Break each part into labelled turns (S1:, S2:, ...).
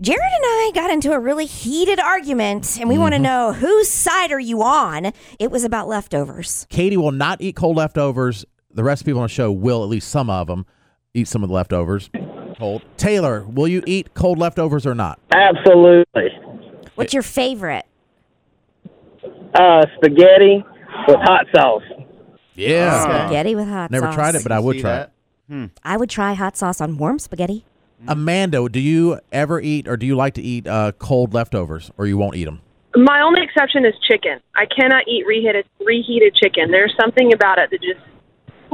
S1: Jared and I got into a really heated argument, and we
S2: Mm-hmm.
S1: want to know whose side are you on? It was about leftovers.
S2: Katie will not eat cold leftovers. The rest of people on the show will, at least some of them, eat some of the leftovers. Cold. Taylor, will you eat cold leftovers or not?
S3: Absolutely.
S1: What's your favorite?
S3: Uh, spaghetti with hot sauce.
S2: Yeah.
S1: Spaghetti with hot
S2: Never
S1: sauce.
S2: tried it, but I would
S4: See
S2: try
S4: that?
S2: it.
S1: I would try hot sauce on warm spaghetti.
S2: Amanda, do you ever eat or do you like to eat uh, cold leftovers or you won't eat them?
S5: My only exception is chicken. I cannot eat reheated reheated chicken. There's something about it that just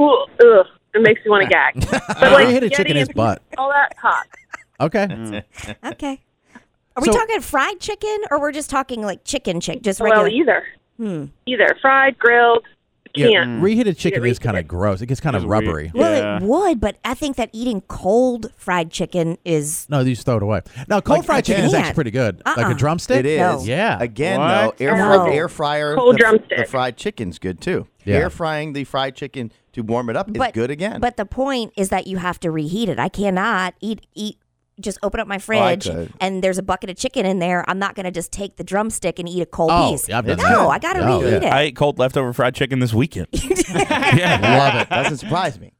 S5: ooh, ugh, it makes you want to gag. But like
S2: Reheated
S5: spaghetti
S2: chicken is
S5: and
S2: butt.
S5: All that hot.
S2: Okay.
S1: Okay. Are we
S2: So-
S1: talking fried chicken, or we're just talking like chicken chick, just regular?
S5: Well, either. Hmm. Either fried, grilled,
S2: Yeah, Mm.
S5: can't.
S2: Reheated chicken is
S5: reheated.
S2: kind of gross. It gets kind of
S4: weird.
S2: rubbery.
S1: Well,
S4: Yeah.
S1: it would, but I think that eating cold fried chicken is
S2: No, you just throw it away. Now, cold
S1: Like,
S2: fried
S1: I
S2: chicken is
S1: can't.
S2: actually pretty good. Like
S1: Uh-uh.
S2: a drumstick?
S4: It is.
S1: No.
S2: Yeah.
S4: Again,
S6: What?
S4: though, air,
S1: No.
S4: air fryer,
S5: Cold
S4: the,
S5: drumstick.
S4: the fried chicken's good too.
S2: Yeah.
S4: Air frying the fried chicken to warm it up is
S1: but,
S4: good again.
S1: But the point is that you have to reheat it. I cannot eat eat just open up my
S4: Oh, I
S1: fridge
S4: could.
S1: and there's a bucket of chicken in there. I'm not going to just take the drumstick and eat a cold
S2: Oh,
S1: piece.
S2: yeah, I've
S1: no,
S2: done that.
S1: I got to
S2: Oh,
S1: reheat
S6: I
S1: it.
S6: ate cold leftover fried chicken this weekend.
S4: Love it. Doesn't surprise me.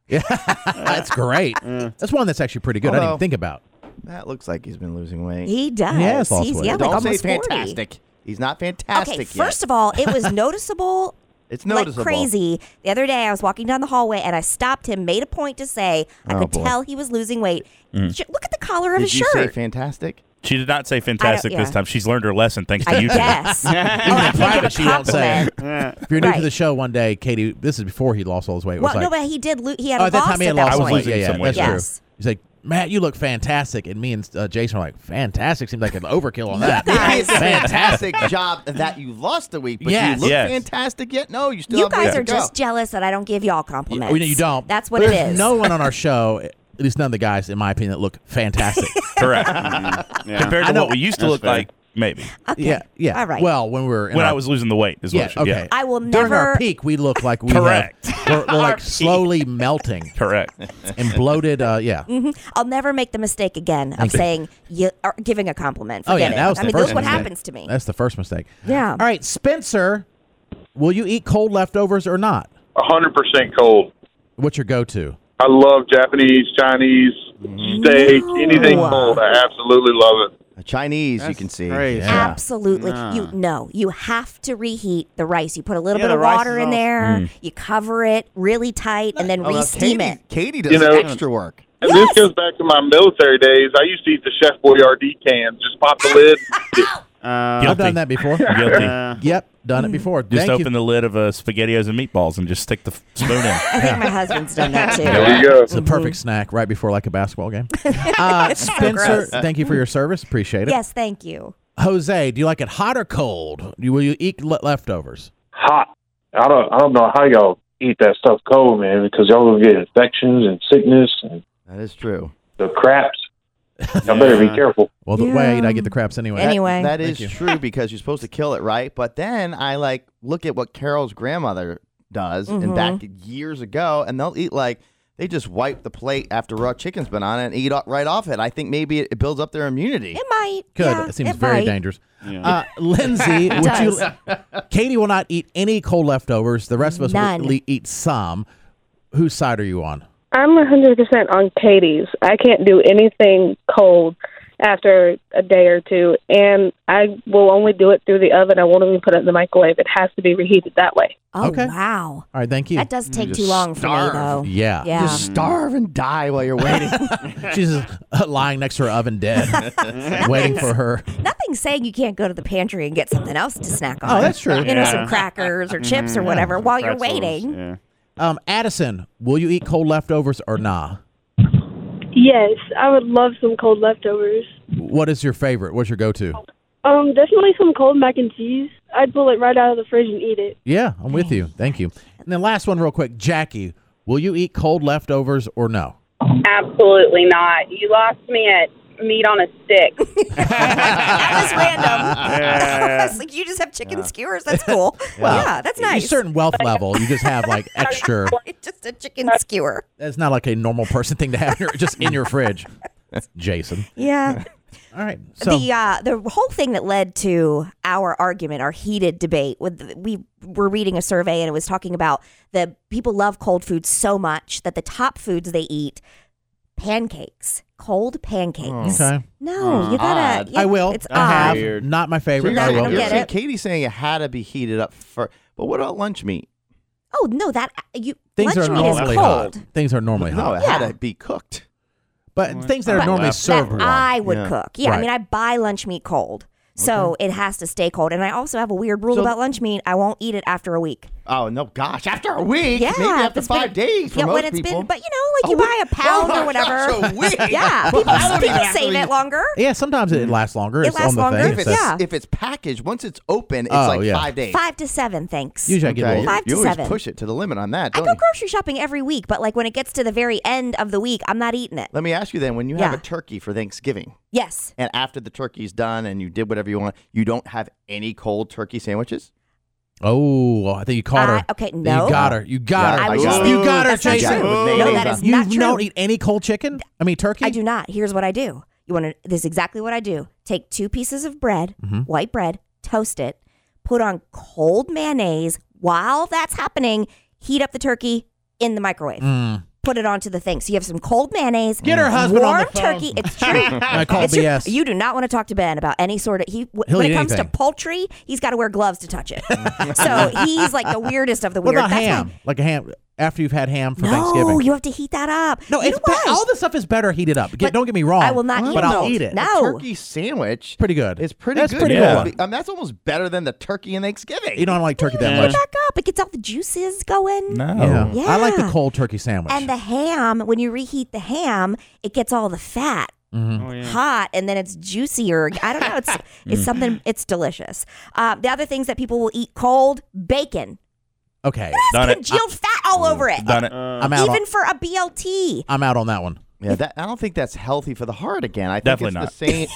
S2: That's great. That's one that's actually pretty good. I didn't
S4: Although-
S2: even think about.
S4: That looks like he's been losing weight.
S1: he does.
S2: Yeah, it's lost
S1: He's
S2: weight.
S1: yeah,
S4: Don't
S1: like
S4: say
S1: almost 40.
S4: fantastic. He's not
S1: Okay,
S4: fantastic yet.
S1: first of all, it was noticeable
S4: it's
S1: like
S4: noticeable.
S1: crazy. The other day, I was walking down the hallway and I stopped him, made a point to say, I
S4: Oh,
S1: could
S4: boy.
S1: tell he was losing weight.
S2: Mm.
S1: Sh- Look at the collar of
S4: Did
S1: his
S4: you say
S1: shirt.
S4: fantastic?
S6: She did not say fantastic this
S1: yeah.
S6: time. She's learned her lesson thanks to
S1: I
S6: you. two.
S1: guess. oh, I
S2: Private,
S1: can't
S2: she
S1: give a
S2: won't say
S1: compliment.
S2: it. If you're new to
S1: Right.
S2: the show one day, Katie, this is before he lost all his weight. It was
S1: Well, no,
S2: like,
S1: but he did. Lo- he had
S2: oh,
S1: lost
S2: at that time he had
S1: at that
S2: lost
S6: I
S1: point.
S6: was
S2: weight.
S6: losing
S2: yeah, yeah,
S6: some weight.
S2: That's
S1: Yes.
S2: true. He's like, Matt, you look fantastic. And me and uh, Jason were like, fantastic? Seems like an overkill on that.
S4: It's a
S2: fantastic.
S4: fantastic job that you lost the week, but
S2: Yes.
S4: you look
S6: Yes.
S4: fantastic yet? No, you still
S1: You
S4: have ways
S1: guys are
S4: to go.
S1: just jealous that I don't give y'all
S2: You,
S1: compliments.
S2: you know, you don't.
S1: That's what
S2: There's
S1: it is.
S2: no one on our show, at least none of the guys, in my opinion, that look fantastic.
S6: Correct. Compared
S2: Mm-hmm. I
S6: to
S2: know-
S6: what we used to
S4: That's
S6: look
S4: fair.
S6: like, maybe.
S1: Okay.
S2: Yeah, yeah.
S1: All right.
S2: Well, when we were in
S6: When
S2: our-
S6: I was losing the weight is
S2: yeah,
S6: what she
S2: okay.
S6: yeah.
S1: I will
S2: During our
S1: never-
S2: peak, we look like we
S6: Correct.
S2: Have, we're, we're like slowly melting
S6: Correct.
S2: and bloated. Uh, yeah,
S1: I'll never make the mistake again of saying you or giving a compliment.
S2: Oh yeah,
S1: Forget it.
S2: that was
S1: I
S2: the
S1: mean,
S2: first
S1: look what
S2: mistake.
S1: happens to me.
S2: That's the first mistake.
S1: Yeah.
S2: All right, Spencer, will you eat cold leftovers or not?
S7: A hundred percent cold.
S2: What's your go-to?
S7: I love Japanese, Chinese, steak, anything
S1: No.
S7: cold. I absolutely love it.
S4: A Chinese, you
S6: That's
S4: can see.
S2: Yeah.
S4: Right.
S1: Absolutely. You no, you have to reheat the rice. You put a little
S4: Yeah,
S1: bit of
S4: the rice
S1: water
S4: is Oh,
S1: in
S4: all-
S1: there.
S2: Mm.
S1: You cover it really tight and then re-steam
S4: Katie,
S1: it.
S4: Katie does
S7: You know-
S4: extra work.
S7: And
S1: Yes.
S7: this goes back to my military days. I used to eat the Chef Boyardee cans. Just pop the lid.
S2: I've
S6: Guilty.
S2: done that before.
S6: Guilty.
S2: yep, done
S1: Mm.
S2: it before.
S6: just
S2: Thank
S6: open
S2: you.
S6: the lid of a SpaghettiOs and meatballs and just stick the f- spoon
S1: I
S6: in.
S1: think my husband's done that too.
S7: There you go.
S2: It's the perfect snack right before like a basketball game. Uh, Spencer,
S1: gross.
S2: thank you for your service. Appreciate it.
S1: Yes, thank you.
S2: Jose, do you like it hot or cold? You- Will you eat le- leftovers?
S8: hot. I don't I don't know how y'all eat that stuff cold, man, because y'all gonna get infections and sickness and
S4: That is true.
S8: the craps. Y'all better be careful.
S2: Well, the
S1: Yeah.
S2: way I get the craps anyway.
S1: Anyway.
S4: that
S2: Thank
S4: is
S2: you.
S4: true because you're supposed to kill it, right? But then I like look at what Carol's grandmother does,
S1: Mm-hmm.
S4: and back years ago, and they'll eat like they just wipe the plate after raw chicken's been on it and eat o- right off it. I think maybe it, it builds up their immunity.
S1: It might.
S2: Good.
S1: Yeah,
S2: it seems
S1: it
S2: very
S1: might.
S2: dangerous. Uh, Lindsay, would you? Katie will not eat any cold leftovers. The rest of us
S1: None.
S2: will le- eat some. Whose side are you on?
S5: I'm 100% on Katie's. I can't do anything cold after a day or two, and I will only do it through the oven. I won't even put it in the microwave. It has to be reheated that way.
S1: Oh
S2: Okay.
S1: wow.
S2: All right, thank you.
S1: That does take
S4: just
S1: too long
S4: starve.
S1: for me though.
S2: Yeah.
S1: Yeah.
S4: Just starve and die while you're waiting.
S2: She's just uh, lying next to her oven dead, waiting for her.
S1: Nothing's saying you can't go to the pantry and get something else to snack on.
S2: Oh, that's true.
S1: You know, some crackers or chips or whatever while you're waiting.
S2: Um, Addison, will you eat cold leftovers or nah?
S9: Yes, I would love some cold leftovers.
S2: What is your favorite? What's your go-to?
S9: Um, definitely some cold mac and cheese. I'd pull it right out of the fridge and eat it.
S2: Yeah, I'm with you. Thank you. And then last one, real quick, Jackie, will you eat cold leftovers or no?
S5: Absolutely not. You lost me at meat on a stick.
S1: That was random. I was like, you just have chicken skewers. That's cool. yeah, that's
S2: A
S1: nice.
S2: certain wealth level, you just have like extra.
S1: just a chicken skewer.
S2: That's not like a normal person thing to have in your, just in your fridge. Jason.
S1: Yeah.
S2: All right. So
S1: the uh, the whole thing that led to our argument, our heated debate, with we were reading a survey and it was talking about that people love cold food so much that the top foods they eat pancakes, cold pancakes.
S2: Oh, okay,
S1: No, you gotta.
S4: Hmm, Odd.
S1: yeah,
S2: I will.
S1: It's
S2: I have.
S1: odd.
S10: Weird.
S2: Not my favorite.
S1: So
S2: I
S1: you're-
S2: will.
S1: don't get
S4: saying-
S1: it.
S4: Katie's saying it had to be heated up first. But what about lunch meat?
S1: Oh no, that you
S2: Things
S1: lunch
S2: are
S1: meat is
S2: normally
S1: cold.
S2: hot. Things are normally
S4: No,
S2: hot.
S4: it had to be cooked.
S2: But things that are
S1: But
S2: normally
S1: that
S2: served warm.
S1: I would
S4: Yeah.
S1: cook. Yeah,
S2: Right.
S1: I mean, I buy lunch meat cold, so it has to stay cold. And I also have a weird rule
S4: So-
S1: about lunch meat: I won't eat it after a week.
S4: Oh no, gosh! After a week,
S1: Yeah,
S4: maybe
S1: if
S4: after
S1: it's been-
S4: five days for
S1: yeah,
S4: most
S1: when it's
S4: people.
S1: been, but you know, like you
S4: A
S1: buy
S4: week?
S1: a pound
S4: Oh
S1: or
S4: my
S1: whatever.
S4: gosh, a week?
S1: Yeah, people,
S4: I don't even
S1: people
S4: have to
S1: save
S4: eat-
S1: it longer.
S2: Yeah, sometimes it lasts longer.
S1: It
S2: it's
S1: lasts
S2: on the
S1: longer.
S2: thing.
S4: if
S2: it
S4: it's
S1: Yeah.
S2: says-
S4: if it's packaged, once it's open, it's
S2: Oh,
S4: like
S2: yeah.
S4: five days.
S1: Five to seven, thanks.
S2: Usually I get a
S4: Okay,
S2: little.
S1: Five
S4: you
S1: to
S4: always
S1: seven.
S4: push it to the limit on that.
S1: I
S4: Don't
S1: go
S4: you?
S1: grocery shopping every week, but like when it gets to the very end of the week, I'm not eating it.
S4: Let me ask you then: when you
S1: Yeah.
S4: have a turkey for Thanksgiving,
S1: Yes,
S4: and after the turkey's done and you did whatever you want, you don't have any cold turkey sandwiches?
S2: Oh, I think you caught her.
S1: Uh, okay, no.
S2: You got her. You got
S4: Yeah,
S2: her.
S1: I was
S4: got
S1: just
S4: it.
S2: you
S1: thinking-
S2: got her,
S1: that's not
S2: Jason.
S1: true.
S4: With
S1: No,
S4: mayonnaise
S1: that
S4: on
S1: is
S4: it.
S2: You
S1: not true.
S2: don't eat any cold chicken? I mean, turkey?
S1: I do not. Here's what I do. You want to? This is exactly what I do. Take two pieces of bread,
S2: Mm-hmm.
S1: white bread, toast it, put on cold mayonnaise. While that's happening, heat up the turkey in the microwave.
S2: Mm.
S1: Put it onto the thing. So you have some cold mayonnaise.
S2: Get her husband
S1: warm
S2: on the phone.
S1: turkey. It's true.
S2: I call
S1: It's true.
S2: BS.
S1: You do not want to talk to Ben about any sort of he. w-
S2: He'll
S1: when
S2: eat
S1: it comes
S2: anything.
S1: to poultry, he's got to wear gloves to touch it. so he's like the weirdest of the
S2: what
S1: weird.
S2: about
S1: That's why-
S2: ham? Like a ham after you've had ham for
S1: no,
S2: Thanksgiving.
S1: you have to heat that up.
S2: no,
S1: You
S2: it's
S1: know
S2: be-
S1: why?
S2: all the stuff is better heated up. Get-
S1: But
S2: don't get me wrong.
S1: I will not eat it.
S2: But I'll eat it.
S1: No.
S4: A turkey sandwich
S2: Pretty good.
S4: is pretty
S2: That's
S4: good.
S2: pretty
S6: Yeah.
S2: good.
S4: I mean, that's almost better than the turkey in Thanksgiving.
S2: You know, I don't like turkey that
S10: Yeah.
S2: much.
S1: back up. It gets all the juices going.
S6: No.
S1: Yeah.
S2: I like the cold turkey sandwich.
S1: And the ham, when you reheat the ham, it gets all the fat
S10: Oh, yeah.
S1: hot and then it's juicier. I don't know. It's it's something. It's delicious. Uh, the other things that people will eat cold: bacon.
S2: okay.
S6: Done
S1: It's
S6: it.
S1: congealed fat all over it.
S6: Done it.
S10: Uh,
S2: I'm out, on,
S1: Even for a BLT.
S2: I'm out on that one.
S4: Yeah, that, I don't think that's healthy for the heart again. I think
S6: Definitely
S4: it's the same.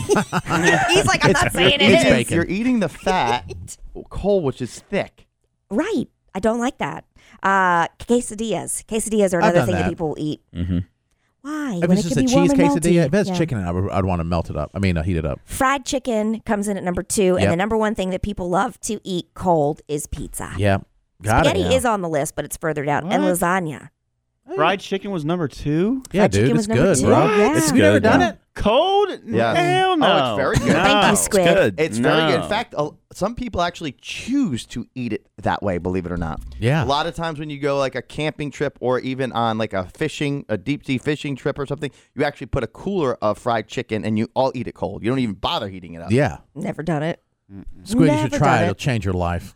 S1: He's like, I'm not saying it
S2: it's
S1: is.
S2: bacon.
S4: You're eating the fat coal, which is thick.
S1: Right. I don't like that. Uh, quesadillas. Quesadillas are
S2: I've
S1: another
S2: done
S1: thing that.
S2: that.
S1: people will eat.
S6: Mhm.
S1: Why?
S2: If
S1: When
S2: it's
S1: it
S2: just
S1: can
S2: a
S1: be warm
S2: cheese
S1: and melty.
S2: quesadilla, if it's
S1: Yeah.
S2: chicken, I would, I'd want to melt it up. I mean, uh, heat it up.
S1: Fried chicken comes in at number two,
S2: Yep.
S1: and the number one thing that people love to eat cold is pizza.
S2: Yeah. Got
S1: Spaghetti
S2: it.
S1: is on the list, but it's further down, and
S10: What?
S1: lasagna.
S10: fried chicken was number two.
S2: yeah,
S1: fried
S2: dude,
S1: chicken was
S2: it's
S1: number
S2: good,
S1: two.
S2: bro.
S1: Yeah.
S2: It's you never
S6: good,
S2: done
S6: yeah.
S2: it?
S10: Cold?
S4: Yes.
S10: Hell no.
S4: Oh, it's very good.
S10: No.
S1: Thank you, Squid.
S6: Good.
S4: It's very good.
S10: No.
S4: In fact, a, some people actually choose to eat it that way. Believe it or not.
S2: Yeah.
S4: A lot of times when you go like a camping trip or even on like a fishing, a deep sea fishing trip or something, you actually put a cooler of fried chicken and you all eat it cold. You don't even bother heating it up.
S2: Yeah.
S1: Never done it.
S2: Squid, you should
S1: Never
S2: try
S1: done
S2: it. It'll
S1: it.
S2: change your life.